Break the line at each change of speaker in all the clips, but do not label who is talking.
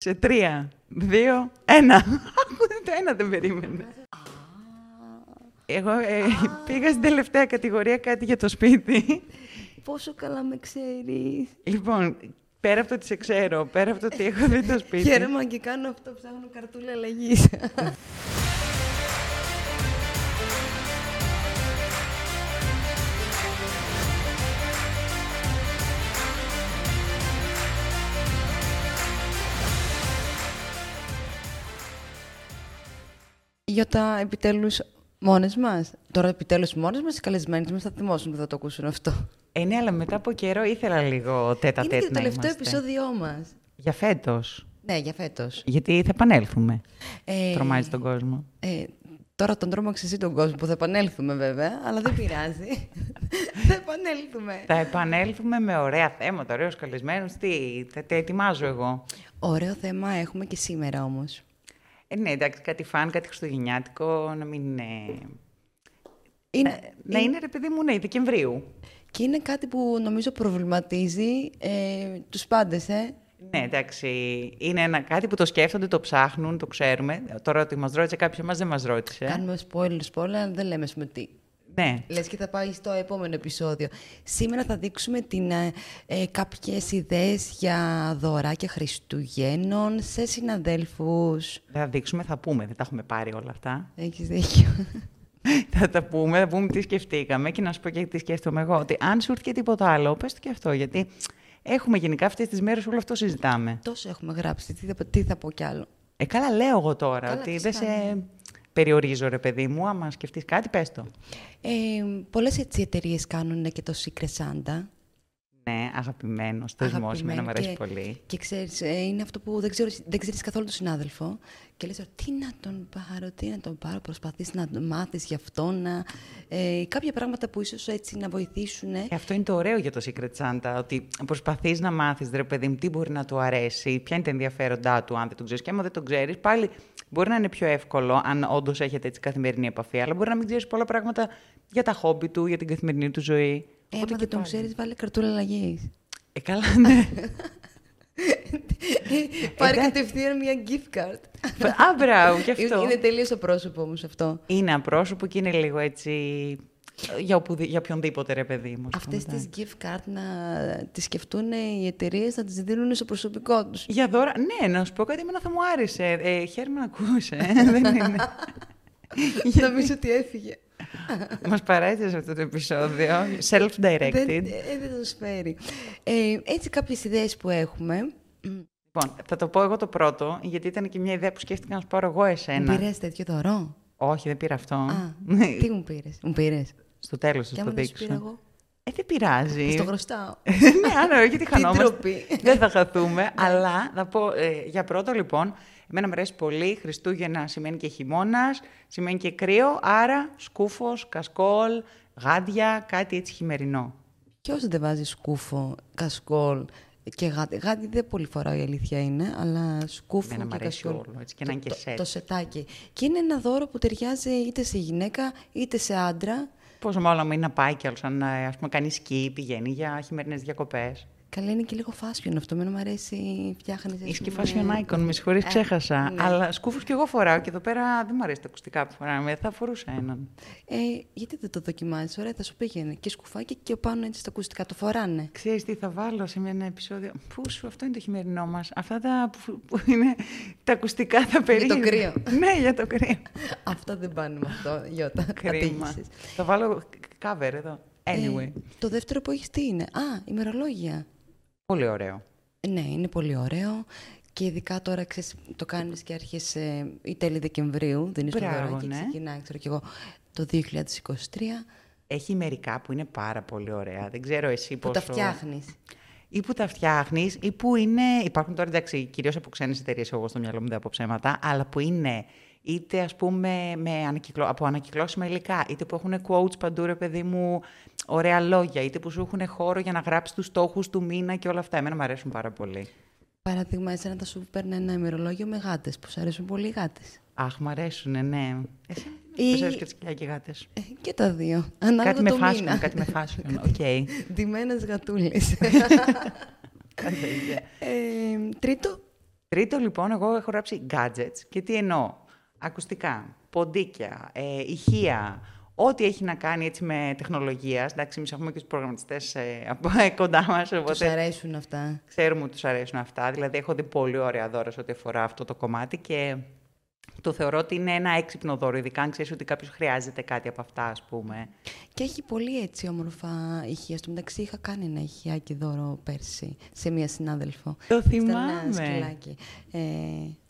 Σε τρία, δύο, ένα. Ούτε ένα δεν περίμενε. Εγώ ε, πήγα στην τελευταία κατηγορία κάτι για το σπίτι.
Πόσο καλά με ξέρεις.
Λοιπόν, πέρα από το ότι σε ξέρω, πέρα από το ότι έχω δει το σπίτι.
Χαίρομαι και κάνω αυτό ψάχνω καρτούλα αλλαγής. Γιώτα, επιτέλους μόνες μας. Τώρα επιτέλους μόνες μας, οι καλεσμένοι μας θα θυμώσουν που θα το ακούσουν αυτό.
ε, ναι, αλλά μετά από καιρό ήθελα λίγο τέτα τέτα.
Είναι και το τελευταίο επεισόδιό μας.
Για φέτος.
Ναι, για φέτος.
Γιατί θα επανέλθουμε.
Ε,
Τρομάζει τον κόσμο.
Ε, τώρα τον τρόμαξε εσύ τον κόσμο που θα επανέλθουμε βέβαια, αλλά δεν πειράζει. θα επανέλθουμε.
Θα επανέλθουμε με ωραία θέματα, ωραίους καλεσμένους. Τι, θα τα ετοιμάζω εγώ.
Ωραίο θέμα έχουμε και σήμερα όμως.
Ε, ναι, εντάξει, κάτι φαν, κάτι χριστουγεννιάτικο, να μην είναι.
Είναι,
Να είναι ρε παιδί μου, Ε, ναι, Δεκεμβρίου.
και είναι κάτι που νομίζω προβληματίζει ε, τους πάντες, ε.
Ναι, εντάξει. Είναι ένα, κάτι που το σκέφτονται, το ψάχνουν, το ξέρουμε. Τώρα ότι μας ρώτησε κάποιος, μας δεν μας ρώτησε.
Κάνουμε spoiler, spoiler, αλλά δεν λέμε ας πούμε, τι.
Ναι.
Λες και θα πάει στο επόμενο επεισόδιο. Σήμερα θα δείξουμε την, ε, ε, κάποιες ιδέες για δωράκια Χριστουγέννων σε συναδέλφους.
Δεν θα δείξουμε, θα πούμε. Δεν τα έχουμε πάρει όλα αυτά.
Έχεις δίκιο.
θα τα πούμε, θα πούμε τι σκεφτήκαμε και να σου πω και τι σκέφτομαι εγώ. Ότι αν σου έρθει και τίποτα άλλο, πες το και αυτό. Γιατί έχουμε γενικά αυτές τις μέρες όλο αυτό συζητάμε.
Τόσο έχουμε γράψει, τι θα, τι θα πω κι άλλο.
Ε, καλά, λέω εγώ τώρα.
Καλά,
ότι δεν
φυσικά,
σε περιορίζω, ρε παιδί μου. Άμα σκεφτείς κάτι, πες το.
Ε, πολλές έτσι εταιρείες κάνουν και το Secret Santa.
Ναι, αγαπημένος θεσμός. Εμένα μου
Αγαπημένο
αρέσει
και-
πολύ.
Και ξέρεις, ε, είναι αυτό που δεν, ξέρω, δεν ξέρεις καθόλου τον συνάδελφο. Και λες, τι να τον πάρω, τι να τον πάρω, προσπαθείς να τον μάθεις γι' αυτό, να... Ε, κάποια πράγματα που ίσως έτσι να βοηθήσουν.
Ε, αυτό είναι το ωραίο για το Secret Santa, ότι προσπαθείς να μάθεις, ρε παιδί μου, τι μπορεί να του αρέσει, ποια είναι τα ενδιαφέροντά του, αν δεν τον ξέρεις. Και άμα δεν τον ξέρεις, πάλι μπορεί να είναι πιο εύκολο, αν όντως έχετε έτσι καθημερινή επαφή, αλλά μπορεί να μην ξέρεις πολλά πράγματα για τα χόμπι του, για την καθημερινή του ζωή.
Ε,
Οπότε
άμα
και
δεν τον
πάλι.
ξέρεις, βάλε καρτούλα αλλαγής.
Ε, καλά, ναι.
Πάρε
Ε, εντάξει.
κατευθείαν μια gift card.
Α, μπράβο, και αυτό.
Είναι τελείως απρόσωπο όμως αυτό.
Είναι απρόσωπο και είναι λίγο έτσι. Για, οπουδη- για οποιονδήποτε ρε παιδί μου. ας πούμε,
Αυτές
εντάξει.
τις gift card να τις σκεφτούν οι εταιρείες να τις δίνουν στο προσωπικό τους.
Για δώρα, ναι, να σου πω κάτι, εμένα θα μου άρεσε. Ε, χαίρομαι να ακούς, ε. Δεν είναι.
Νομίζω ότι έφυγε.
Μας παρέτησε αυτό το επεισόδιο. Self-directed.
Δεν, ε, δεν τους φέρει. Ε, έτσι κάποιες ιδέες που έχουμε.
Λοιπόν, θα το πω εγώ το πρώτο, γιατί ήταν και μια ιδέα που σκέφτηκα να σου πάρω εγώ εσένα.
Μου πήρες τέτοιο δωρό.
Όχι, δεν πήρα αυτό.
Α, τι μου πήρες. Μου πήρες.
Στο τέλος Ναι. θα το
Και άμα δεν σου πήρα
δείξω.
εγώ.
Ε, δεν πειράζει.
Θα στο χρωστάω.
ναι, άρα όχι, τη
Τι
χανόμαστε.
ντροπή. Ναι.
Δεν θα χαθούμε. αλλά θα πω ε, για πρώτο λοιπόν. Εμένα μου αρέσει πολύ. Χριστούγεννα σημαίνει και χειμώνας, σημαίνει και κρύο. Άρα σκούφος, κασκόλ, γάντια, κάτι έτσι χειμερινό.
Ποιο δεν βάζει σκούφο, κασκόλ και γάτι. Γάτι δεν πολύ φοράω η αλήθεια είναι, αλλά σκούφο
Εμένα μου
και
αρέσει
κασκόλ.
όλο, έτσι, και να είναι και
το,
σετ.
Το σετάκι. Και είναι ένα δώρο που ταιριάζει είτε σε γυναίκα είτε σε άντρα.
Πόσο μάλλον μην να πάει κι άλλος, αν ε, ας πούμε, κάνει σκι, πηγαίνει για χειμερινές διακοπές.
Καλά είναι και λίγο fashion αυτό. Εμένα μου αρέσει, φτιάχνεις.
Είσαι και fashion icon, με συγχωρείς,
Ε,
ξέχασα.
ναι.
Αλλά σκούφους κι εγώ φοράω και εδώ πέρα δεν μου αρέσει τα ακουστικά που φοράμε. Ε, Θα φορούσα έναν.
Ε, γιατί δεν το δοκιμάζεις, ωραία, θα σου πήγαινε. Και σκουφάκι και πάνω έτσι τα ακουστικά το φοράνε.
Ξέρεις τι θα βάλω σε ένα επεισόδιο. Πού σου, αυτό είναι το χειμερινό μας. Αυτά τα που, που είναι τα ακουστικά τα περίεργα.
κρύο.
ναι, για το κρύο.
Αυτά δεν πάνε με αυτό, Γιώτα.
Κρίμα.
Ατύχησες.
θα βάλω cover εδώ. Anyway.
Ε, το δεύτερο που έχεις τι είναι. Α, ημερολόγια.
Πολύ ωραίο.
Ναι, είναι πολύ ωραίο. Και ειδικά τώρα ξέρεις, το κάνεις και άρχισε ε, ή τέλη Δεκεμβρίου. Δεν είναι
Μπράβο,
δωράκι και
ναι.
ξεκινάει, ξέρω κι εγώ, το 2023.
Έχει μερικά που είναι πάρα πολύ ωραία. Δεν ξέρω εσύ
Που
πόσο...
τα φτιάχνεις.
Ή που τα φτιάχνεις, ή που είναι. Υπάρχουν τώρα εντάξει, κυρίως από ξένες εταιρείες, εγώ στο μυαλό μου δεν από ψέματα, αλλά που είναι είτε ας πούμε με ανακυκλω... από ανακυκλώσιμα υλικά, είτε που έχουν quotes παντού, ρε παιδί μου, ωραία λόγια, είτε που σου έχουν χώρο για να γράψεις τους στόχους του μήνα και όλα αυτά. Εμένα μου αρέσουν πάρα πολύ.
Παράδειγμα, εσένα θα σου παίρνει ένα ημερολόγιο με γάτες που σου αρέσουν πολύ οι γάτες.
Αχ, μου αρέσουν, ναι. Εσύ.
Ή-
Ή... και τι σκυλιά και γάτες.
Ε, και τα δύο. Ανάλογα
Κάτι με
το μήνα.
fashion, κάτι με fashion. Οκ.
Ντυμένες γατούλες.
Κάτι τέτοια.
Ε, τρίτο,
Τρίτο λοιπόν, εγώ έχω γράψει gadgets και τι εννοώ. Ακουστικά, ποντίκια, ε, ηχεία, ό,τι έχει να κάνει έτσι με τεχνολογίας. Εντάξει, εμείς έχουμε και τους προγραμματιστές ε, κοντά μας.
Τους αρέσουν αυτά.
Ξέρουμε ότι τους αρέσουν αυτά. Δηλαδή, έχω δει πολύ ωραία δώρα σε ό,τι αφορά αυτό το κομμάτι και το θεωρώ ότι είναι ένα έξυπνο δώρο, ειδικά αν ξέρεις ότι κάποιος χρειάζεται κάτι από αυτά, ας πούμε.
Και έχει πολύ έτσι όμορφα ηχεία. Στο μεταξύ, είχα κάνει ένα ηχιάκι δώρο πέρσι σε μία συνάδελφο.
Το
Ήταν ένα
θυμάμαι.
σκυλάκι. Ε,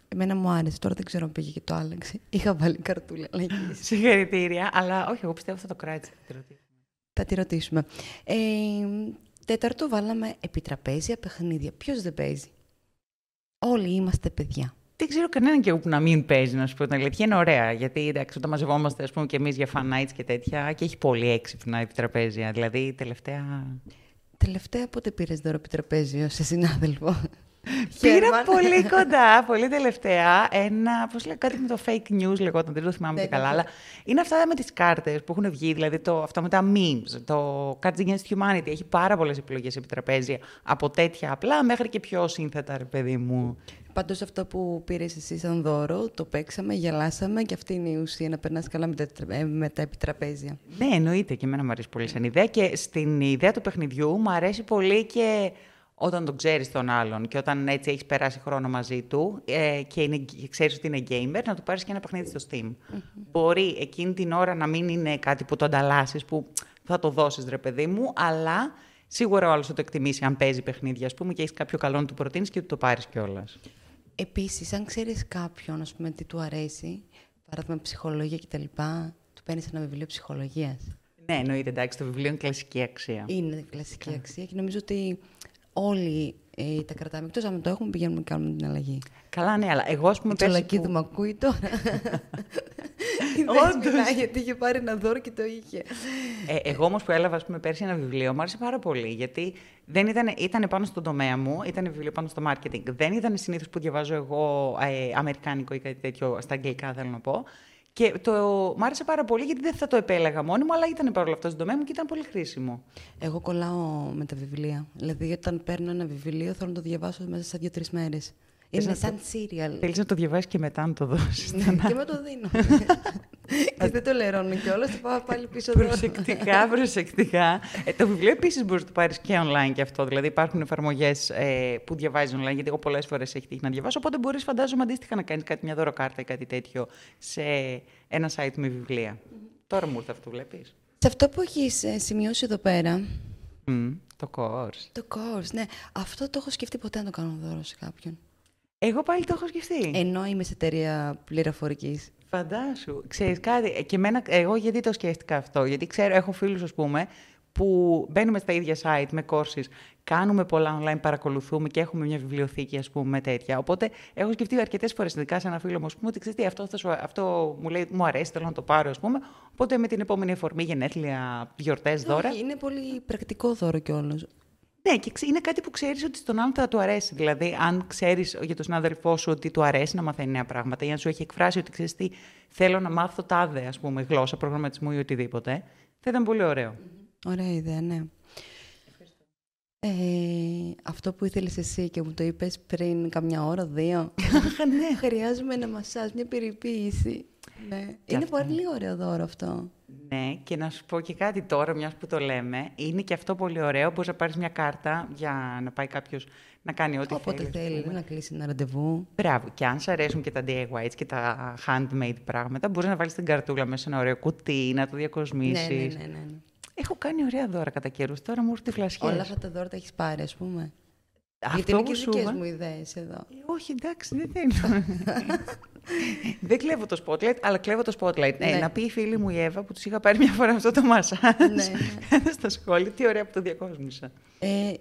εμένα μου άρεσε. Τώρα δεν ξέρω αν πήγε και το άλλαξε. Είχα βάλει καρτούλα. αλλά εκεί
Συγχαρητήρια, αλλά όχι, εγώ πιστεύω θα το κράτησα.
Θα τη ρωτήσουμε. Ε, τέταρτο, βάλαμε επιτραπέζια παιχνίδια. Ποιος δεν παίζει. Όλοι είμαστε παιδιά.
Δεν ξέρω κανέναν και εγώ που να μην παίζει, να σου πω την αλήθεια. Είναι ωραία, γιατί εντάξει, όταν μαζευόμαστε ας πούμε, και εμείς για fan nights και τέτοια, και έχει πολύ έξυπνα επιτραπέζια. Δηλαδή, τελευταία.
Τελευταία πότε πήρες δώρο επιτραπέζιο σε συνάδελφο.
Πήρα
Χέρμαν.
πολύ κοντά, πολύ τελευταία, ένα, πώς λέει, κάτι με το fake news λεγόταν, δεν το θυμάμαι και
Δεν
καλά,
το-
αλλά είναι αυτά με τις κάρτες που έχουν βγει, δηλαδή το, αυτά με τα memes, το Cards Against Humanity, έχει πάρα πολλές επιλογές επί τραπέζια, από τέτοια απλά μέχρι και πιο σύνθετα, ρε παιδί μου.
Πάντως αυτό που πήρες εσύ σαν δώρο, το παίξαμε, γελάσαμε και αυτή είναι η ουσία να περνάς καλά με τα, τρα- ε, με τα επιτραπέζια.
Ναι, εννοείται και εμένα μου αρέσει πολύ σαν ιδέα και στην ιδέα του παιχνιδιού μου αρέσει πολύ και όταν τον ξέρεις τον άλλον και όταν έτσι έχεις περάσει χρόνο μαζί του ε, και είναι, και ξέρεις ότι είναι gamer, να του πάρεις και ένα παιχνίδι στο Steam. Μπορεί εκείνη την ώρα να μην είναι κάτι που το ανταλλάσσεις, που θα το δώσεις ρε παιδί μου, αλλά σίγουρα ο άλλος θα το εκτιμήσει αν παίζει παιχνίδια, ας πούμε, και έχεις κάποιο καλό να του προτείνεις και του το πάρεις κιόλας.
Επίσης, αν ξέρεις κάποιον, ας πούμε, τι του αρέσει, παράδειγμα ψυχολογία κτλ., του παίρνεις ένα βιβλίο ψυχολογίας.
Ναι, εννοείται, εντάξει, το βιβλίο είναι κλασική αξία.
Είναι
Ναι.
κλασική αξία και νομίζω ότι όλοι ε, τα κρατάμε. Εκτός αν το έχουμε, πηγαίνουμε και κάνουμε την αλλαγή.
Καλά, ναι, αλλά εγώ, ας πούμε,
Η
πέρσι που-
τσολακίδου μου ακούει τώρα.
Όντως.
Δεν μιλάει γιατί είχε πάρει ένα δώρο και το είχε.
Ε, εγώ όμως που έλαβα ας πούμε, πέρσι ένα βιβλίο, μου άρεσε πάρα πολύ. Γιατί δεν ήταν, ήταν πάνω στον τομέα μου, ήταν βιβλίο πάνω στο marketing. Δεν ήταν συνήθως που διαβάζω εγώ ε, αμερικάνικο ή κάτι τέτοιο, στα αγγλικά θέλω να πω. Και το, μ' άρεσε πάρα πολύ γιατί δεν θα το επέλεγα μόνη μου, αλλά ήταν παρόλα αυτά στον τομέα μου και ήταν πολύ χρήσιμο.
Εγώ κολλάω με τα βιβλία. Δηλαδή, όταν παίρνω ένα βιβλίο, θέλω να το διαβάσω μέσα σε δύο-τρει μέρες. Είναι
να
σαν σύριαλ.
Θέλεις να το διαβάσεις και μετά να το δώσεις.
και με το δίνω. και δεν το λερώνω κιόλας, το πάω πάλι πίσω δώρο.
Προσεκτικά, προσεκτικά. Ε, το βιβλίο επίσης μπορείς να το πάρεις και online και αυτό. Δηλαδή υπάρχουν εφαρμογές ε, που διαβάζεις online, γιατί εγώ πολλές φορές έχει τύχει να διαβάσω. Οπότε μπορείς, φαντάζομαι, αντίστοιχα να κάνεις κάτι, μια δωροκάρτα ή κάτι τέτοιο σε ένα site με βιβλία. Τώρα μου ήρθε αυτό που βλέπεις.
Σε αυτό που έχεις σημειώσει εδώ πέρα,
το course.
το course, ναι, αυτό το έχω σκεφτεί ποτέ να το κάνω δώρο σε κάποιον.
Εγώ πάλι το έχω σκεφτεί.
Ενώ είμαι σε εταιρεία πληροφορικής.
Φαντάσου. Ξέρεις κάτι, ε, και εμένα, εγώ γιατί το σκέφτηκα αυτό, γιατί ξέρω, έχω φίλους, ας πούμε, που μπαίνουμε στα ίδια site με courses, κάνουμε πολλά online, παρακολουθούμε και έχουμε μια βιβλιοθήκη, ας πούμε, με τέτοια. Οπότε έχω σκεφτεί αρκετές φορές, ειδικά σε ένα φίλο μου, ας πούμε, ότι ξέρεις τι, αυτό, θα σου, αυτό μου λέει, μου αρέσει, θέλω να το πάρω, ας πούμε. Οπότε με την επόμενη εφορμή, γενέθλια, γιορτές, δώρα.
Είναι πολύ πρακτικό δώρο κιόλας.
Ναι, και ξε- είναι κάτι που ξέρεις ότι στον άλλον θα του αρέσει. Δηλαδή, αν ξέρεις για τον συνάδελφό σου ότι του αρέσει να μαθαίνει νέα πράγματα ή αν σου έχει εκφράσει ότι ξέρεις τι, θέλω να μάθω τάδε, ας πούμε, γλώσσα, προγραμματισμού ή οτιδήποτε, θα ήταν πολύ ωραίο.
Ωραία ιδέα, ναι. Ε, αυτό που ήθελες εσύ και μου το είπες πριν καμιά ώρα, δύο. ναι. Χρειάζομαι ένα μασάζ, μια περιποίηση. Ναι. Είναι
αυτό.
πολύ ωραίο δώρο αυτό.
Ναι, και να σου πω και κάτι τώρα, μιας που το λέμε. Είναι και αυτό πολύ ωραίο. Μπορείς να πάρεις μια κάρτα για να πάει κάποιος να κάνει ό,τι
Όποτε
θέλεις. ας
θέλει, ναι.
πούμε.
να κλείσει ένα ραντεβού.
Μπράβο. Και αν σ' αρέσουν και τα DIYs και τα handmade πράγματα, μπορείς να βάλεις την καρτούλα μέσα σε ένα ωραίο κουτί, να το
Ναι,
διακοσμήσεις.
ναι, ναι, ναι, ναι.
Έχω κάνει ωραία δώρα κατά καιρούς. Τώρα μου έρχονται φλασιές.
Όλα αυτά τα δώρα τα έχεις πάρει, ας πούμε.
Αυτό
Γιατί είναι και
που σου
δικές
είπα-
μου ιδέες εδώ.
Ε, Όχι, εντάξει, δεν θέλω. δεν κλέβω το spotlight, αλλά κλέβω το spotlight. Ε,
Ναι.
να πει η φίλη μου η Εύα που τους είχα πάρει μια φορά αυτό το μασάζ.
Ναι,
στα σχόλια, τι ωραία που το διακόσμησα.
Ε,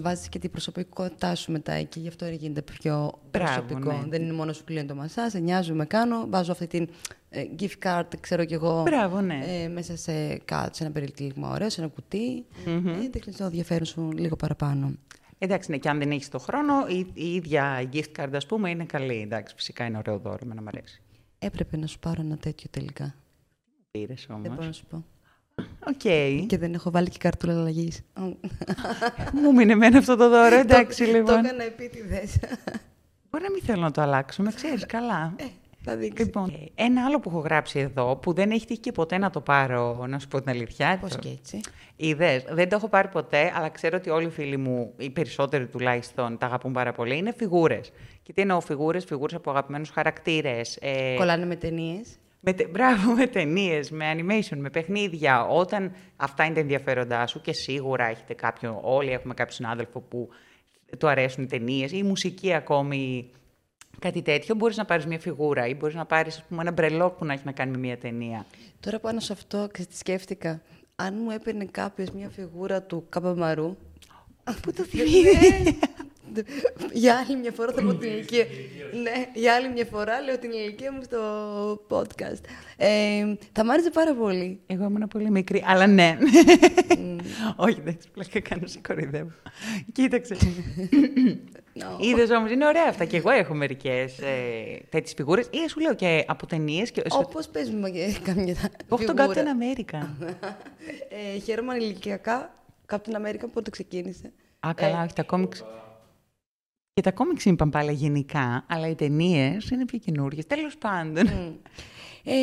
Βάζεις και την προσωπικότητά σου μετά και γι' αυτό γίνεται πιο
Μπράβο,
προσωπικό.
ναι.
Δεν είναι μόνο σου κλείνει το μασά, σε νοιάζομαι, κάνω. Βάζω αυτή την ε, gift card, ξέρω κι εγώ.
Μπράβο, ναι.
Ε, μέσα σε κάτω, σε ένα περιλήμα ωραίο, σε ένα κουτί. Ε, δείχνεις το ενδιαφέρον σου λίγο παραπάνω.
Εντάξει, ναι, και αν δεν έχεις το χρόνο, η, η ίδια η gift card, ας πούμε, είναι καλή. Εντάξει, φυσικά είναι ωραίο δώρο, εμένα μου αρέσει.
Έπρεπε να σου πάρω ένα τέτοιο τελικά.
Πήρες
Δεν
όμω.
μπορώ να σου πω.
Οκ.
Λοιπόν. Και δεν έχω βάλει και καρτούλα αλλαγής.
Μου μείνει εμένα αυτό το δώρο, εντάξει,
Το
λοιπόν.
έκανα επίτηδες.
Μπορεί να μην θέλω να το αλλάξουμε, ξέρεις καλά.
Ε. Θα δείξει.
Λοιπόν, ε, ένα άλλο που έχω γράψει εδώ, που δεν έχει τύχει και ποτέ να το πάρω, να σου πω την αλήθεια.
Πώς και έτσι.
Είδες, δεν το έχω πάρει ποτέ, αλλά ξέρω ότι όλοι οι φίλοι μου, οι περισσότεροι τουλάχιστον, τα αγαπούν πάρα πολύ. Είναι φιγούρες. Και τι εννοώ φιγούρες, φιγούρες από αγαπημένους χαρακτήρες. Ε,
Κολλάνε με ταινίες.
με, τε- μπράβο, με ταινίες, με animation, με παιχνίδια. Όταν αυτά είναι τα ενδιαφέροντά σου και σίγουρα έχετε κάποιον, όλοι έχουμε κάποιον συνάδελφο που του αρέσουν οι ταινίες ή η μουσική ακόμη. Κάτι τέτοιο, μπορείς να πάρεις μια φιγούρα ή μπορείς να πάρεις ένα μπρελόκ που να έχει να κάνει με μια ταινία.
Τώρα πάνω σε αυτό, ξέρεις τι σκέφτηκα. Αν μου έπαιρνε κάποιος μια φιγούρα του Καπαμαρού. Πού
Ναι.
το θυμίζει. για άλλη μια φορά θα πω την ηλικία. ναι, για άλλη μια φορά λέω την ηλικία μου στο podcast. Ε, θα μ' άρεσε πάρα πολύ.
Εγώ ήμουν πολύ μικρή, αλλά ναι. Όχι, δεν πλάκα κάνω, σε κοροϊδεύω. Κοίταξε.
No.
Είδες όμως, είναι ωραία αυτά. Και εγώ έχω μερικές ε, τέτοιες φιγούρες. Ή σου λέω και από ταινίες. Και...
Όπω παίζουμε και καμιά
έχω τον
φιγούρα.
Captain America.
ε, χαίρομαι ηλικιακά Captain America που το ξεκίνησε.
Α, καλά, όχι, τα κόμιξ. Και τα κόμιξ είπαν πάλι γενικά, αλλά οι ταινίες είναι πιο καινούριε. Τέλος πάντων.
Μμ. Ε,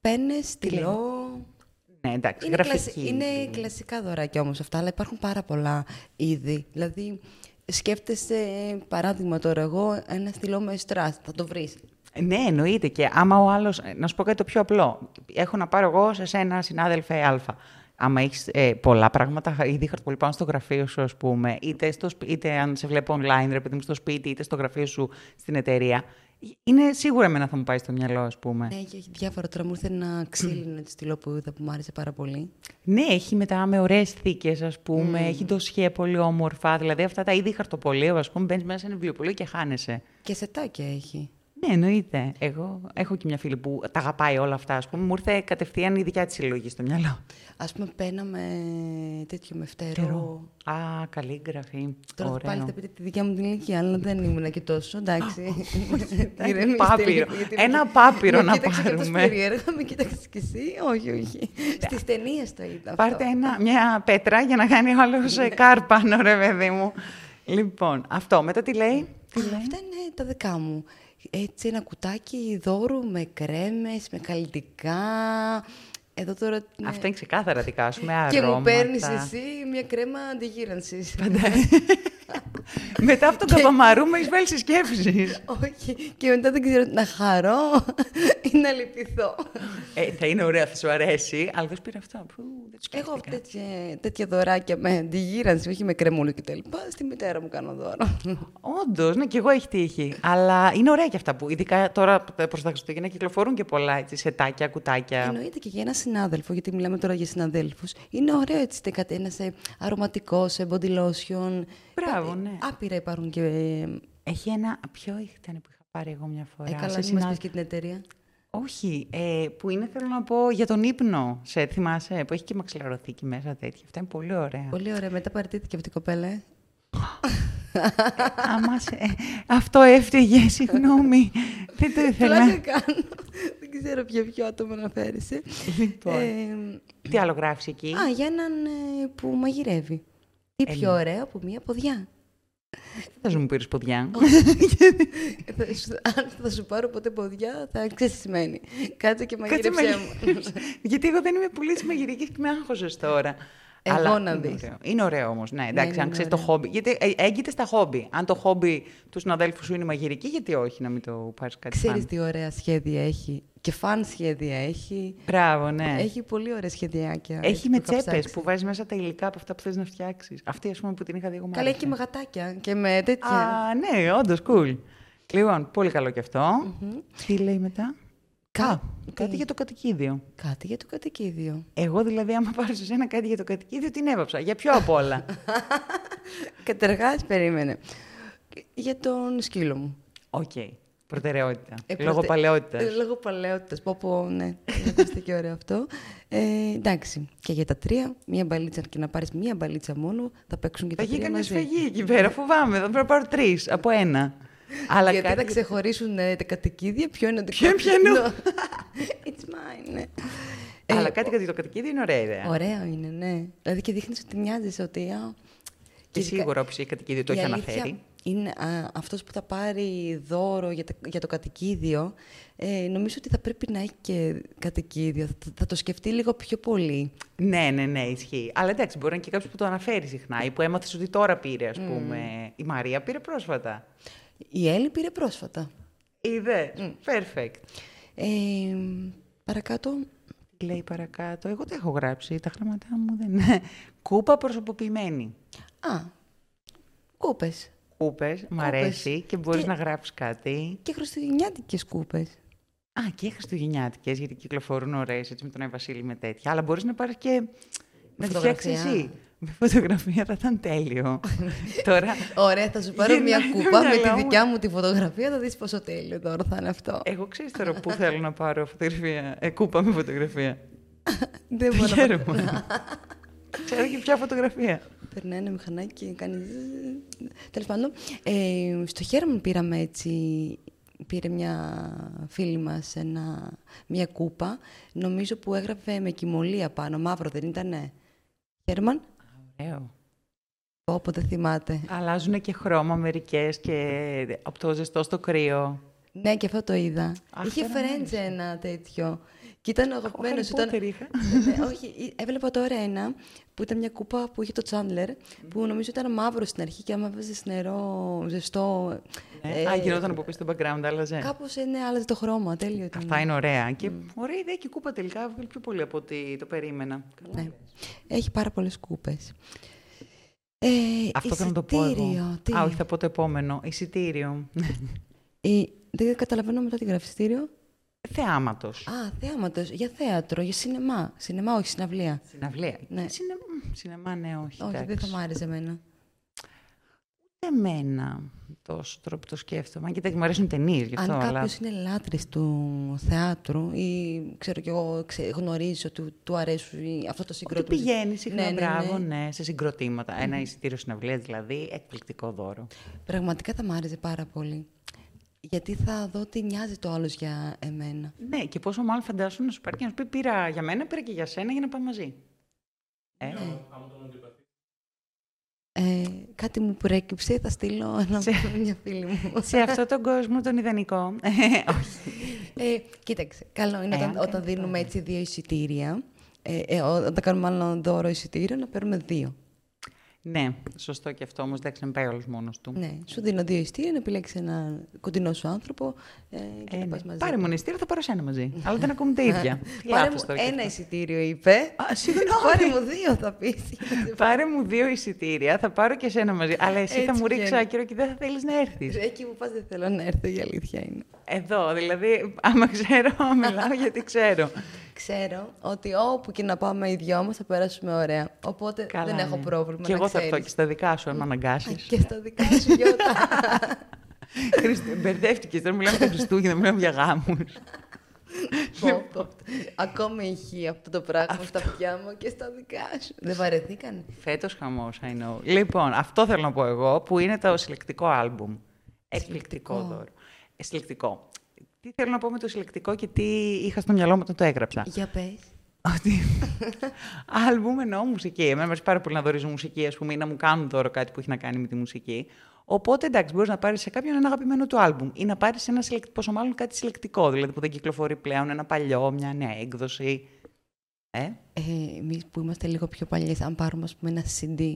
Πένε, στυλό.
Ναι, εντάξει,
Είναι, κλασι-
γραφική.
είναι κλασικά δωράκια όμως αυτά, αλλά υπάρχουν πάρα πολλά είδη. Δηλαδή, σκέφτεσαι, ε, παράδειγμα τώρα εγώ, ένα στυλό με στρας, θα το βρεις.
Ναι, εννοείται. Και άμα ο άλλος. Να σου πω κάτι το πιο απλό. Έχω να πάρω εγώ σε σένα, συνάδελφε Α. Άμα έχεις πολλά πράγματα, χα- ήδη χαρτοπολιπάνω στο γραφείο σου, ας πούμε, είτε, στο, σπ- είτε αν σε βλέπω online, ρε παιδί μου, στο σπίτι, είτε στο γραφείο σου στην εταιρεία, Ε, είναι σίγουρα εμένα θα μου πάει στο μυαλό, ας πούμε.
Ναι, και έχει διάφορα. Τώρα μου ήρθε ένα ξύλινο στυλό που είδα που μου άρεσε πάρα πολύ.
Ναι, έχει μετά με ωραίες θήκες, ας πούμε, έχει ντοσιέ πολύ όμορφα. Δηλαδή αυτά τα είδη χαρτοπολίου, ας πούμε, μπαίνεις μέσα σε ένα βιβλιοπωλείο και χάνεσαι.
Και σετάκια έχει.
Ναι, εννοείται. Εγώ έχω και μια φίλη που τα αγαπάει όλα αυτά, ας πούμε. Μου ήρθε κατευθείαν η δικιά της συλλογή στο μυαλό.
Ας πούμε, πένα με τέτοιο με φτερό.
Φτερό. Α, καλύγραφη.
Τώρα
Ωραίο.
πάλι θα πείτε τη δικιά μου την ηλικία, αλλά δεν ήμουν και τόσο, εντάξει. Ηρεμήστε
πάπυρο.
λίγο, γιατί με-
Ένα πάπυρο
με
να
κοίταξε κι αυτός
πάρουμε. Ναι.
περίεργα, με κοίταξες κι εσύ. Όχι, όχι. Στις ταινίες το είδα.
Πάρτε
αυτό. Ναι.
ένα, μια πέτρα για να κάνει ο άλλος ε, κάρπανο, ρε παιδί μου. Λοιπόν, αυτό. Μετά τι λέει. Τι λέει.
Αυτά είναι τα δικά μου. Έτσι ένα κουτάκι δώρου με κρέμες, με καλλιτικά. Εδώ τώρα... ναι.
Αυτό είναι ξεκάθαρα δικά σου, με
Και
αρώματα.
μου παίρνεις εσύ μια κρέμα αντιγύρανσης.
Μετά αυτόν τον καπαμαρού με εισβέλει στις σκέψεις.
Όχι. Και μετά δεν ξέρω να χαρώ ή να λυπηθώ.
Ε, θα είναι ωραία, θα σου αρέσει, αλλά δεν σου πήρε αυτό. Που, δεν το
Έχω
σκέφτηκα.
τέτοια, τέτοια δωράκια με αντιγύρανση, όχι με κρεμούλι κτλ. Στη μητέρα μου κάνω δώρο.
Όντως, ναι, και εγώ έχει τύχει. Αλλά είναι ωραία και αυτά που, ειδικά τώρα προς τα Χριστούγεννα, κυκλοφορούν και πολλά έτσι, σετάκια, κουτάκια.
Εννοείται και για ένα συνάδελφο, γιατί μιλάμε τώρα για συναδέλφους. Είναι ωραίο έτσι τε- κάτι, ένα σε αρωματικό, σε body lotion.
Μπράβο,
Υπά-
ναι.
Άπειρα υπάρχουν και. ε,
Έχει ένα. Ποιο ήταν που είχα πάρει εγώ μια φορά.
Ε, καλά,
σε
μην μας
συνάδελφο.
πεις και την εταιρεία.
Όχι, ε, που είναι θέλω να πω για τον ύπνο. Σε θυμάσαι, που έχει και μαξιλαροθήκη μέσα τέτοια. Αυτά είναι πολύ ωραία.
Πολύ ωραία. Μετά παραιτήθηκε αυτή η κοπέλα. ε.
Άμα σε- αυτό έφταιγε, συγγνώμη. Δεν το
Πλάκα
ήθελα.
κάνω. Δεν ξέρω ποιο, ποιο άτομο αναφέρεσαι.
Λοιπόν.
Ε,
Τι άλλο γράφεις εκεί.
Α, για έναν ε, που μαγειρεύει. Τι πιο ωραίο από μία ποδιά.
Δεν θα μου πήρε ποδιά.
Θα σου- Αν θα σου πάρω ποτέ ποδιά, θα ξέρεις τι σημαίνει. Κάτσε και
Κάτσε
μαγείρεψέ μου.
μαγειρέψε. Γιατί εγώ δεν είμαι πολύ της μαγειρικής και με άγχωσες τώρα.
Εγώ
Αλλά
να
είναι
δεις.
ωραίο. Είναι ωραίο όμως. Ναι, εντάξει,
είναι
αν ξέρεις το χόμπι. Γιατί ε, έγκυται στα χόμπι. Αν το χόμπι του συναδέλφου σου είναι μαγειρική, γιατί όχι να μην το πάρεις κάτι
Ξέρεις
φαν.
τι ωραία σχέδια έχει. Και φαν σχέδια έχει.
Μπράβο, ναι.
Έχει πολύ ωραία σχεδιάκια. έτσι,
Έχει με
είχα
τσέπες
ψάξεις.
που βάζεις μέσα τα υλικά από αυτά που θες να φτιάξεις. Αυτή, ας πούμε, που την είχα δει εγώ μου
Καλά, έχει
άρεσε.
και με γατάκια και με τέτοια.
Α, ναι, όντως, cool. Λοιπόν, πολύ καλό και αυτο Τι λέει μετά.
Κα-
Α, κάτι
τι?
για το κατοικίδιο.
Κάτι για το κατοικίδιο.
Εγώ δηλαδή, άμα πάρω σε σένα κάτι για το κατοικίδιο, την έβαψα. Για ποιο απ' όλα.
Κατεργάς περίμενε. Για τον σκύλο μου.
Οκ. Προτεραιότητα.
Ε,
Λόγω
προτε-
παλαιότητας.
Ε, Λόγω παλαιότητας. Πω, πω, ναι. Ακούστε και ωραίο αυτό. Ε, εντάξει. Και για τα τρία, μία μπαλίτσα και να πάρεις μία μπαλίτσα μόνο, θα παίξουν και
Θα
τα
γίνει
τρία
καμιά
μαζί.
σφαγή εκεί πέρα. Φοβάμαι. Θα πρέπει να πάρω τρεις από ένα. Αλλά
Γιατί θα
κάτι...
ξεχωρίσουν ε, τα κατοικίδια, ποιο είναι το
Ποιο είναι πιανού.
It's mine, ναι. Ε,
Αλλά κάτι για το κατοικίδιο είναι ωραία ιδέα.
Ωραίο είναι, ναι. Δηλαδή και δείχνεις ότι μοιάζεις ότι. α,
Και
ειδικά-
σίγουρα όποιο έχει κατοικίδιο το
η
έχει
αλήθεια-
αναφέρει.
είναι α, αυτός που θα πάρει δώρο για, τα- για το κατοικίδιο, ε, νομίζω ότι θα πρέπει να έχει και κατοικίδιο. Θα, θα το σκεφτεί λίγο πιο πολύ.
Ναι, ναι, ναι, ισχύει. Αλλά εντάξει, μπορεί να είναι και κάποιος που το αναφέρει συχνά ή που έμαθες ότι τώρα πήρε,
Mm.
ας πούμε. Η Μαρία πήρε πρόσφατα.
Η Έλλη πήρε πρόσφατα.
Είδε.
Mm.
Perfect.
Ε, παρακάτω.
Τι Λέει παρακάτω. Εγώ τα έχω γράψει. Τα γράμματά μου δεν είναι. Κούπα προσωποποιημένη.
Α, κούπες.
Κούπες, μ' αρέσει και μπορείς
Και-
να γράψεις κάτι.
Και χριστουγεννιάτικες κούπες.
Α, και Χριστουγεννιάτικες, γιατί κυκλοφορούν ωραίες έτσι με τον Άι Βασίλη με τέτοια. Αλλά μπορείς να πάρεις και. να τη φτιάξει
φωτογραφία.
εσύ. Με φωτογραφία θα ήταν τέλειο. Τώρα.
Ωραία, θα σου πάρω
Γυρνάει
μια
το
κούπα με
μυαλό
τη
μου.
δικιά μου τη φωτογραφία. Θα δεις πόσο τέλειο τώρα θα είναι αυτό.
Εγώ ξέρω τώρα πού θέλω να πάρω φωτογραφία. Ε, κούπα με φωτογραφία.
Δεν
Το
μπορώ να
χαίρομαι. Ξέρω και ποια φωτογραφία.
Περνάει ένα μηχανάκι, κάνει. Τέλος πάντων, ε, στο Χέρμαν πήραμε έτσι. Πήρε μια φίλη μας μια κούπα, νομίζω που έγραφε με κοιμωλία πάνω. Μαύρο δεν ήτανε. Χέρμαν,
Ωραίο.
όποτε θυμάται.
Αλλάζουν Ε, και χρώμα μερικές και από το ζεστό στο κρύο.
Ναι, και αυτό το είδα.
Αχ,
Είχε
τώρα μου
Φρέντζε ένα τέτοιο. Και ήταν αγαπημένο.
Harry Potter είχα.
ναι, όχι, έβλεπα τώρα ένα που ήταν μια κούπα που είχε το Τσάντλερ, που νομίζω ήταν μαύρο στην αρχή και άμα έβαζε νερό ζεστό.
Ε, Α, γινόταν από πίσω το background, άλλαζε.
Κάπως ναι, άλλαζε το χρώμα. Τέλειο ήταν.
Αυτά είναι ωραία. Και ωραία ιδέα και η κούπα τελικά βγάλει πιο πολύ από ό,τι το περίμενα.
Ναι. Έχει πάρα πολλές κούπες. Ε,
Αυτό θέλω να το πω εγώ.
εισιτήριο, τι?
Α, όχι, θα πω το επόμενο. Εισιτήριο.
Ε, δεν καταλαβαίνω μετά τι γραφιστήριο.
Θεάματος.
Α, θέαματο. Για θέατρο, για σινεμά. Σινεμά, όχι συναυλία.
Συναυλία.
Ναι.
Σινε- μ, Σινεμά, ναι, όχι.
Όχι, δεν θα
εντάξει.
μ' άρεσε εμένα.
Εμένα τόσο τρόπο το σκέφτομαι. Αν κοιτάξτε, μου αρέσουν ταινίες γι' αυτό.
Αν κάποιο
αλλά...
είναι λάτρης του θεάτρου ή ξέρω κι εγώ, ξε- γνωρίζει ότι του- του αρέσουν ή αυτό το
Ότι
συγκρότημα.
πηγαίνει συχνά,
Ναι, ναι,
μπράβο,
ναι.
ναι, σε συγκροτήματα. Ένα εισιτήριο συναυλίας δηλαδή, εκπληκτικό δώρο.
Πραγματικά θα μ' άρεσε πάρα πολύ. Γιατί θα δω τι νοιάζει το άλλο για εμένα.
Ναι, και πόσο μάλλον φαντάσου να σου πάρει και να σου πει πήρα για μένα, πήρα και για σένα για να πάμε μαζί. Ε,
Ναι. Ε, κάτι μου προέκυψε, θα στείλω ένα
Σε-
μια φίλη μου.
σε αυτόν τον κόσμο τον ιδανικό.
Ε, κοίταξε, καλό είναι
Ε,
όταν,
αν
όταν
κάνει
δίνουμε έτσι δύο εισιτήρια, ε, ε, ό- όταν κάνουμε μάλλον δώρο εισιτήριο, να παίρνουμε δύο.
ναι, σωστό και αυτό όμως, εντάξει, δεν πάει όλο μόνος του.
Ναι, σου δίνω δύο εισιτήρια, να επιλέξεις ένα κοντινό σου άνθρωπο ε, και
Ε,
να
ναι.
πας μαζί. Ναι.
Πάρε μου ένα εισιτήριο, θα πάρω σένα μαζί. Αλλά δεν ακούμε τα ίδια. Τι
Πάρε μου
λάθος τώρα κι
ένα
αυτό.
εισιτήριο, είπε.
Α, συγγνώμη.
Πάρε μου δύο, θα πεις.
Πάρε μου δύο εισιτήρια, θα πάρω και σένα μαζί. Αλλά εσύ θα
Έτσι
μου ρίξεις
βγαίνει.
άκυρο και δεν θα θέλεις να έρθεις.
Εκεί που πας δεν θέλω να έρθω, η αλήθεια είναι.
Εδώ, δηλαδή, άμα ξέρω, μιλάω γιατί ξέρω.
Ξέρω ότι όπου και να πάμε οι δυο μας θα περάσουμε ωραία. Οπότε
Καλά,
δεν
ναι.
έχω πρόβλημα
Και
να
εγώ θα έρθω
ξέρεις.
και στα δικά σου, αν με
Α,
αναγκάσεις.
Και στα δικά σου γιώτα.
Μπερδεύτηκες. Τώρα μιλάμε για Χριστούγεννα, μιλάμε για γάμους.
Πω, πω. Ακόμη ηχεί αυτό το πράγμα στα αυτιά μου και στα δικά σου. Δεν βαρεθήκανε.
Φέτος χαμός, I know. Λοιπόν, αυτό θέλω να πω εγώ, που είναι το συλλεκτικό άλμπουμ. Εκπληκτικό
Συλλεκτικό.
δώρο. Ε, συλλεκτικό. Τι θέλω να πω με το συλλεκτικό και τι είχα στο μυαλό μου όταν το έγραψα.
Για πες.
Ότι. Άλμπουμ εννοώ μουσική. Εμένα μου αρέσει πάρα πολύ να δωρίζω μουσική, ας πούμε, ή να μου κάνουν δώρο κάτι που έχει να κάνει με τη μουσική. Οπότε εντάξει, μπορείς να πάρεις σε κάποιον ένα αγαπημένο του άλμπουμ ή να πάρεις ένα συλλεκτικό, πόσο μάλλον κάτι συλλεκτικό, δηλαδή που δεν κυκλοφορεί πλέον, ένα παλιό, μια νέα έκδοση. Ε,
Ε, εμείς που είμαστε λίγο πιο παλιές, αν πάρουμε ας πούμε ένα CD.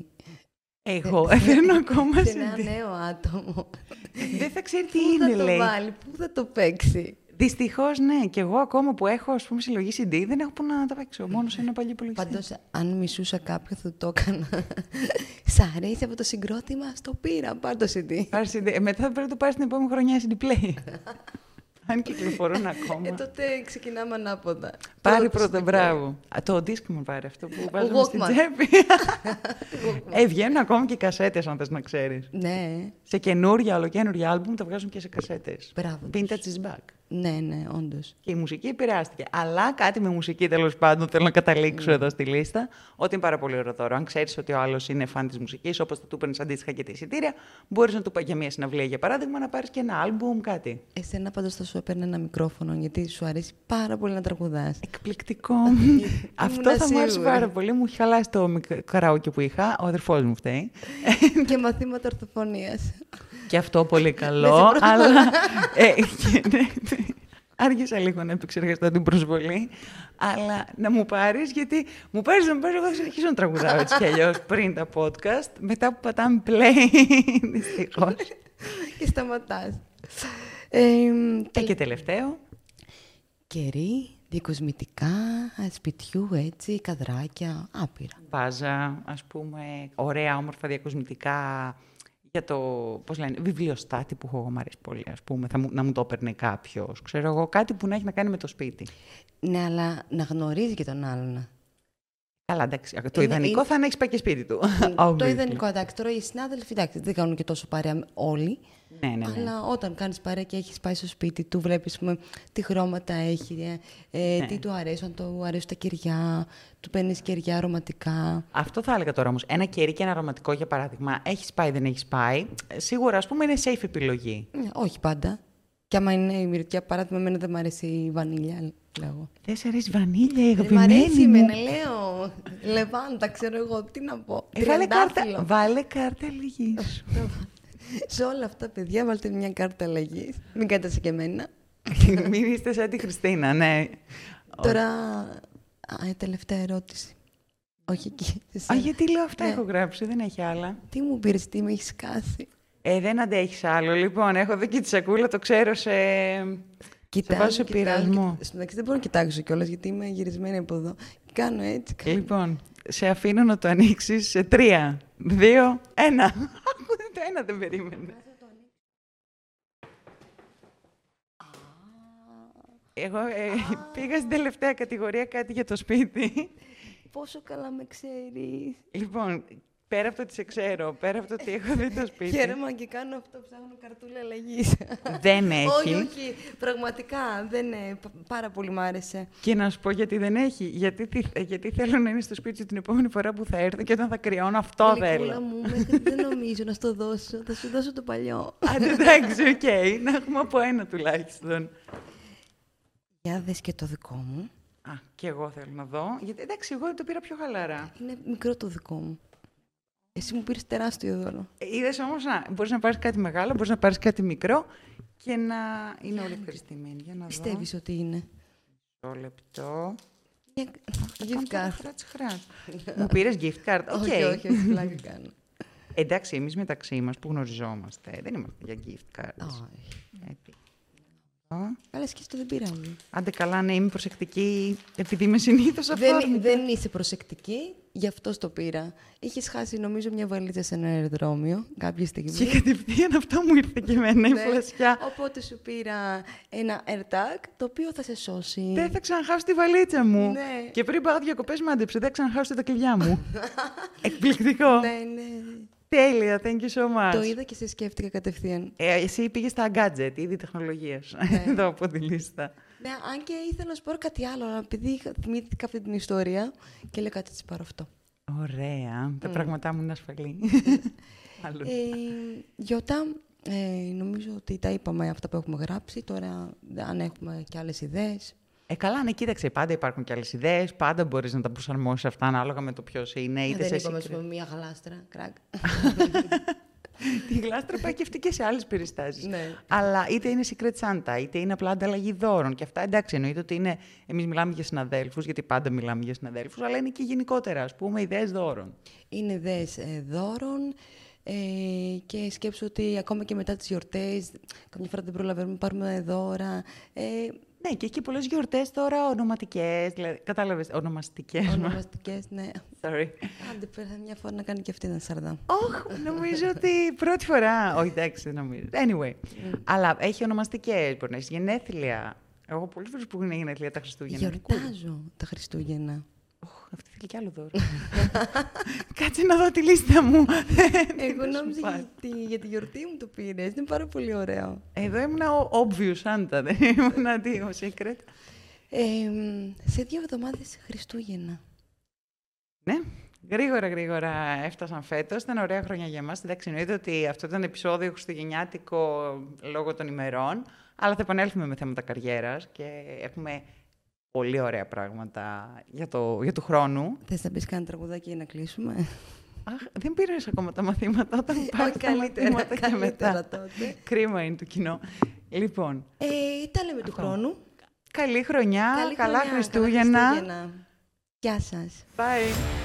εγώ παίρνω ακόμα
σε ένα
CD.
νέο άτομο.
Δεν θα ξέρει τι
Πού
είναι,
θα το
λέει.
βάλει, πού θα το παίξει.
Δυστυχώς, ναι. Και εγώ ακόμα που έχω ας πούμε, συλλογή CD δεν έχω που να τα παίξω. Μόνος σε ένα παλιό υπολογιστή.
Πάντως, αν μισούσα κάποιον, θα το έκανα. Σ' αρέσει αυτό το συγκρότημα, στο πήρα. Πάρ το CD.
Πάρεις CD. Ε, Μετά θα πρέπει να το πάρεις την επόμενη χρονιά CD Play. Αν κυκλοφορούν
Ε,
ακόμα.
τότε ξεκινάμε ανάποδα.
Πάρει
το
πρώτα,
CD.
μπράβο. Α, το disc μου πάρει αυτό που βάζουμε στην
Walkman.
τσέπη. ε, βγαίνουν ακόμα και κασέτες, αν θες να ξέρεις.
Ναι,
Σε καινούρια, ολοκένουρια άλμπουμ τα βγάζουν και σε κασέτες.
μπράβο. τους.
Vintage is back.
Ναι, ναι, όντως.
Και η μουσική επηρεάστηκε. Αλλά κάτι με μουσική τέλος πάντων θέλω να καταλήξω
Ναι.
εδώ στη λίστα. Ότι είναι πάρα πολύ ωραίο δώρο. Αν ξέρεις ότι ο άλλος είναι φαν της μουσικής, όπως θα του παίρνει αντίστοιχα και τα εισιτήρια, μπορείς να του πάει για μια συναυλία για παράδειγμα να πάρεις και ένα άλμπουμ, κάτι.
Εσένα πάντως θα σου έπαιρνε ένα μικρόφωνο γιατί σου αρέσει πάρα πολύ να τραγουδάς.
Εκπληκτικό. Αυτό
Ήμουνα
θα μου άρεσε
σίγουρη.
πάρα πολύ. Μου είχε χαλάσει το μικ- καράοκε που είχα. Ο αδερφός μου φταίει.
και μαθήματα ορθοφωνίας.
και αυτό πολύ
Δεν
καλό,
την
αλλά... ε, και- ναι, ναι. Άργησα λίγο να επεξεργαστώ την προσβολή, αλλά να μου πάρεις, γιατί μου πάρεις, να μου πάρεις, εγώ θα συνεχίσω να τραγουδάω έτσι κι αλλιώς πριν τα podcast, μετά που πατάμε play, δυστυχώς.
και σταματάς. Ε,
Ε, και τελευταίο,
Κερί, διακοσμητικά, σπιτιού έτσι, καδράκια, άπειρα.
βάζα, ας πούμε, ωραία, όμορφα διακοσμητικά για το, πώς λένε, βιβλιοστάτη που έχω εγώ, μου αρέσει πολύ, ας πούμε, θα μου, να μου το έπαιρνε κάποιος, ξέρω εγώ, κάτι που να έχει να κάνει με το σπίτι.
Ναι, αλλά να γνωρίζει και τον άλλον.
Καλά, εντάξει. Το
Είναι-
ιδανικό
είναι-
θα είναι Ναι, να έχεις πάει και σπίτι του.
το
Obviously.
ιδανικό, εντάξει. Τώρα οι συνάδελφοι, εντάξει, δεν κάνουν και τόσο παρέα όλοι.
Ναι, ναι, ναι.
Αλλά όταν κάνεις παρέα και έχεις πάει στο σπίτι του, βλέπεις τι χρώματα έχει, ε, ε,
Ναι.
τι του αρέσουν, αν του αρέσουν τα κεριά, του παίρνεις κεριά αρωματικά.
Αυτό θα έλεγα τώρα όμως. Ένα κερί και ένα αρωματικό, για παράδειγμα. Έχεις πάει, δεν έχεις πάει. Ε, Σίγουρα, ας πούμε, είναι safe επιλογή.
Ναι, όχι πάντα. Και άμα είναι η μυρωδιά, παράδειγμα, εμένα δεν μου αρέσει η βανίλια, λέγω.
Δεν σε αρέσει βανίλια, η
Δεν μ'
Ε, αγαπημένη.
αρέσει,
μου.
εμένα λέω. Λεβάντα, ξέρω εγώ, τι να πω.
Ε, βάλε,
Τριαντάφυλλο.
κάρτα, βάλε κάρτα αλληλή.
Σε όλα αυτά, παιδιά, βάλτε μια κάρτα αλλαγή. Μην κάνετε σαν και εμένα.
Μην είστε σαν τη Χριστίνα, ναι.
Τώρα, α, η τελευταία ερώτηση. Όχι εκεί. σε
Α,
σένα.
γιατί λέω αυτά
Ναι.
έχω γράψει, δεν έχει άλλα.
Τι μου πήρες, τι με έχεις κάσει.
Ε, δεν αντέχεις άλλο. Λοιπόν, έχω δει και τη σακούλα, το ξέρω σε.
Κοιτάζω,
βάζω σε
κοιτάζω,
πειρασμό.
κοιτάζω. Στην μεταξύ δεν μπορώ να κοιτάξω κιόλας γιατί είμαι γυρισμένη από εδώ. Και κάνω έτσι. κάνω-
Λοιπόν, σε αφήνω να το ανοίξεις σε τρία, δύο, ένα. Ακούτε το ένα δεν περίμενε. Εγώ ε, πήγα στην τελευταία κατηγορία κάτι για το σπίτι.
Πόσο καλά με ξέρεις.
λοιπόν, πέρα από το ότι σε ξέρω, πέρα από το ότι έχω δει το σπίτι,
Χαίρομαι και κάνω αυτό, ψάχνω καρτούλα αλλαγής.
δεν
όχι,
έχει.
όχι. Πραγματικά δεν. ε, πα- πάρα πολύ μ' άρεσε.
και να σου πω γιατί δεν έχει. Γιατί, τι- γιατί θέλω να είναι στο σπίτι σου την επόμενη φορά που θα έρθω και όταν θα κρυώνω αυτό δεν
Γλυκούλα μου, μέχρι δεν νομίζω να σου το δώσω. Θα σου δώσω το παλιό.
Αν εντάξει, οκ. Να έχουμε από ένα τουλάχιστον.
Για δες και το δικό μου.
Α, και εγώ θέλω να δω. Γιατί εντάξει, εγώ το πήρα πιο χαλαρά.
Είναι μικρό το δικό μου. Εσύ μου πήρες τεράστιο δώρο.
Είδες όμως να μπορείς να πάρεις κάτι μεγάλο, μπορείς να πάρεις κάτι μικρό και να είναι όλοι ευχαριστημένοι. Για να δω.
Πιστεύεις ότι είναι.
Το λεπτό.
Μια gift card.
Μου πήρες gift card. Οκ.
Όχι, όχι, όχι, πλάκα κάνω.
Εντάξει, εμείς μεταξύ μας που γνωριζόμαστε, δεν είμαστε για gift cards.
Όχι.
Ε, τι. Α,
Αλλά σκέψτε, δεν πειράζει.
Άντε καλά, ναι, είμαι προσεκτική, επειδή είμαι συνήθως
Δεν,
αυτό.
δεν είσαι προσεκτική, γι' αυτό στο πήρα. Είχες χάσει, νομίζω, μια βαλίτσα σε ένα αεροδρόμιο κάποια
Και
στιγμή.
κατευθείαν αυτό μου ήρθε και εμένα η
Ναι.
φλασιά.
Οπότε σου πήρα ένα AirTag, το οποίο θα σε σώσει.
Δεν θα ξαναχάσω τη βαλίτσα μου.
Ναι.
Και πριν πάω διακοπές, μάντεψε. Δεν ξαναχάσω τα κλειδιά μου. Εκπληκτικό.
Ναι, ναι.
Τέλεια. Thank you so much.
Το είδα και σε σκέφτηκα κατευθείαν.
Ε, εσύ πήγες στα gadget, είδη τεχνολογίας. Εδώ από τη λίστα.
Ναι, αν και ήθελα να σου πω κάτι άλλο, αλλά επειδή είχα- θυμήθηκα αυτή την ιστορία και λέω κάτι της πάρω αυτό.
Ωραία. Τα πράγματά μου είναι ασφαλή. Άλλος.
Ε, Γιώτα, ε, νομίζω ότι τα είπαμε αυτά που έχουμε γράψει. Τώρα, αν έχουμε και άλλες ιδέες.
Ε, καλά, ναι, κοίταξε. Πάντα υπάρχουν και άλλες ιδέες. Πάντα μπορείς να τα προσαρμόσεις αυτά ανάλογα με το ποιος είναι. Είτε
Ε,
σε
δεν είπαμε, ας
συγκρι-
πούμε, μία γλάστρα, κρακ.
Τη γλάστρα πάει και αυτή και σε άλλες περιστάσεις.
Ναι.
Αλλά είτε είναι secret Santa, είτε είναι απλά ανταλλαγή δώρων. Και αυτά εντάξει, εννοείται ότι είναι. Εμείς μιλάμε για συναδέλφους, γιατί πάντα μιλάμε για συναδέλφους, αλλά είναι και γενικότερα, ας πούμε, ιδέες δώρων.
Είναι ιδέες ε, δώρων ε, και σκέψου ότι ακόμα και μετά τις γιορτές, καμιά φορά δεν προλαβαίνουμε να πάρουμε δώρα. Ε,
Ναι, και έχει πολλές γιορτές τώρα ονοματικέ. Δηλαδή, Κατάλαβες, ονομαστικές.
ονομαστικές, ναι.
Sorry.
Άντε, πέρα μια φορά να κάνει και αυτή την σαρδά.
Όχ, νομίζω ότι πρώτη φορά. Όχι, εντάξει, δεν νομίζω. Anyway. Αλλά έχει ονομαστικές, μπορεί να έχεις γενέθλια. Εγώ πολλές φορές που είναι γενέθλια τα Χριστούγεννα. κούρη.
Γιορτάζω τα Χριστούγεννα.
Οχ, αυτή θέλει κι άλλο δώρο. Κάτσε να δω τη λίστα μου.
Εγώ
Δεν σου
νόμιζα
πάει.
για τη, για τη γιορτή μου το πήρες. Είναι πάρα πολύ ωραίο.
Εδώ ήμουνα ο obvious Santa, δεν ήμουνα τι, ο secret.
Ε, μ, σε δύο εβδομάδες Χριστούγεννα.
Ναι, γρήγορα γρήγορα έφτασαν φέτος, ήταν ωραία χρονιά για μας. Εντάξει, εννοείται ότι αυτό ήταν επεισόδιο χριστουγεννιάτικο λόγω των ημερών, αλλά θα επανέλθουμε με θέματα καριέρας και έχουμε πολύ ωραία πράγματα για, το, για του χρόνου.
Θες να πεις κανένα τραγουδάκι για να κλείσουμε.
Αχ, δεν πήρες ακόμα τα μαθήματα. Όταν πάρεις τα
καλύτερα,
μαθήματα και μετά.
καλύτερα τότε.
Κρίμα είναι το κοινό. Λοιπόν,
Ε, τα λέμε του
Αυτό.
χρόνου.
καλή χρονιά,
Καλή
καλά
χρονιά,
Χριστούγεννα.
Χριστούγεννα. Γεια σας.
Bye.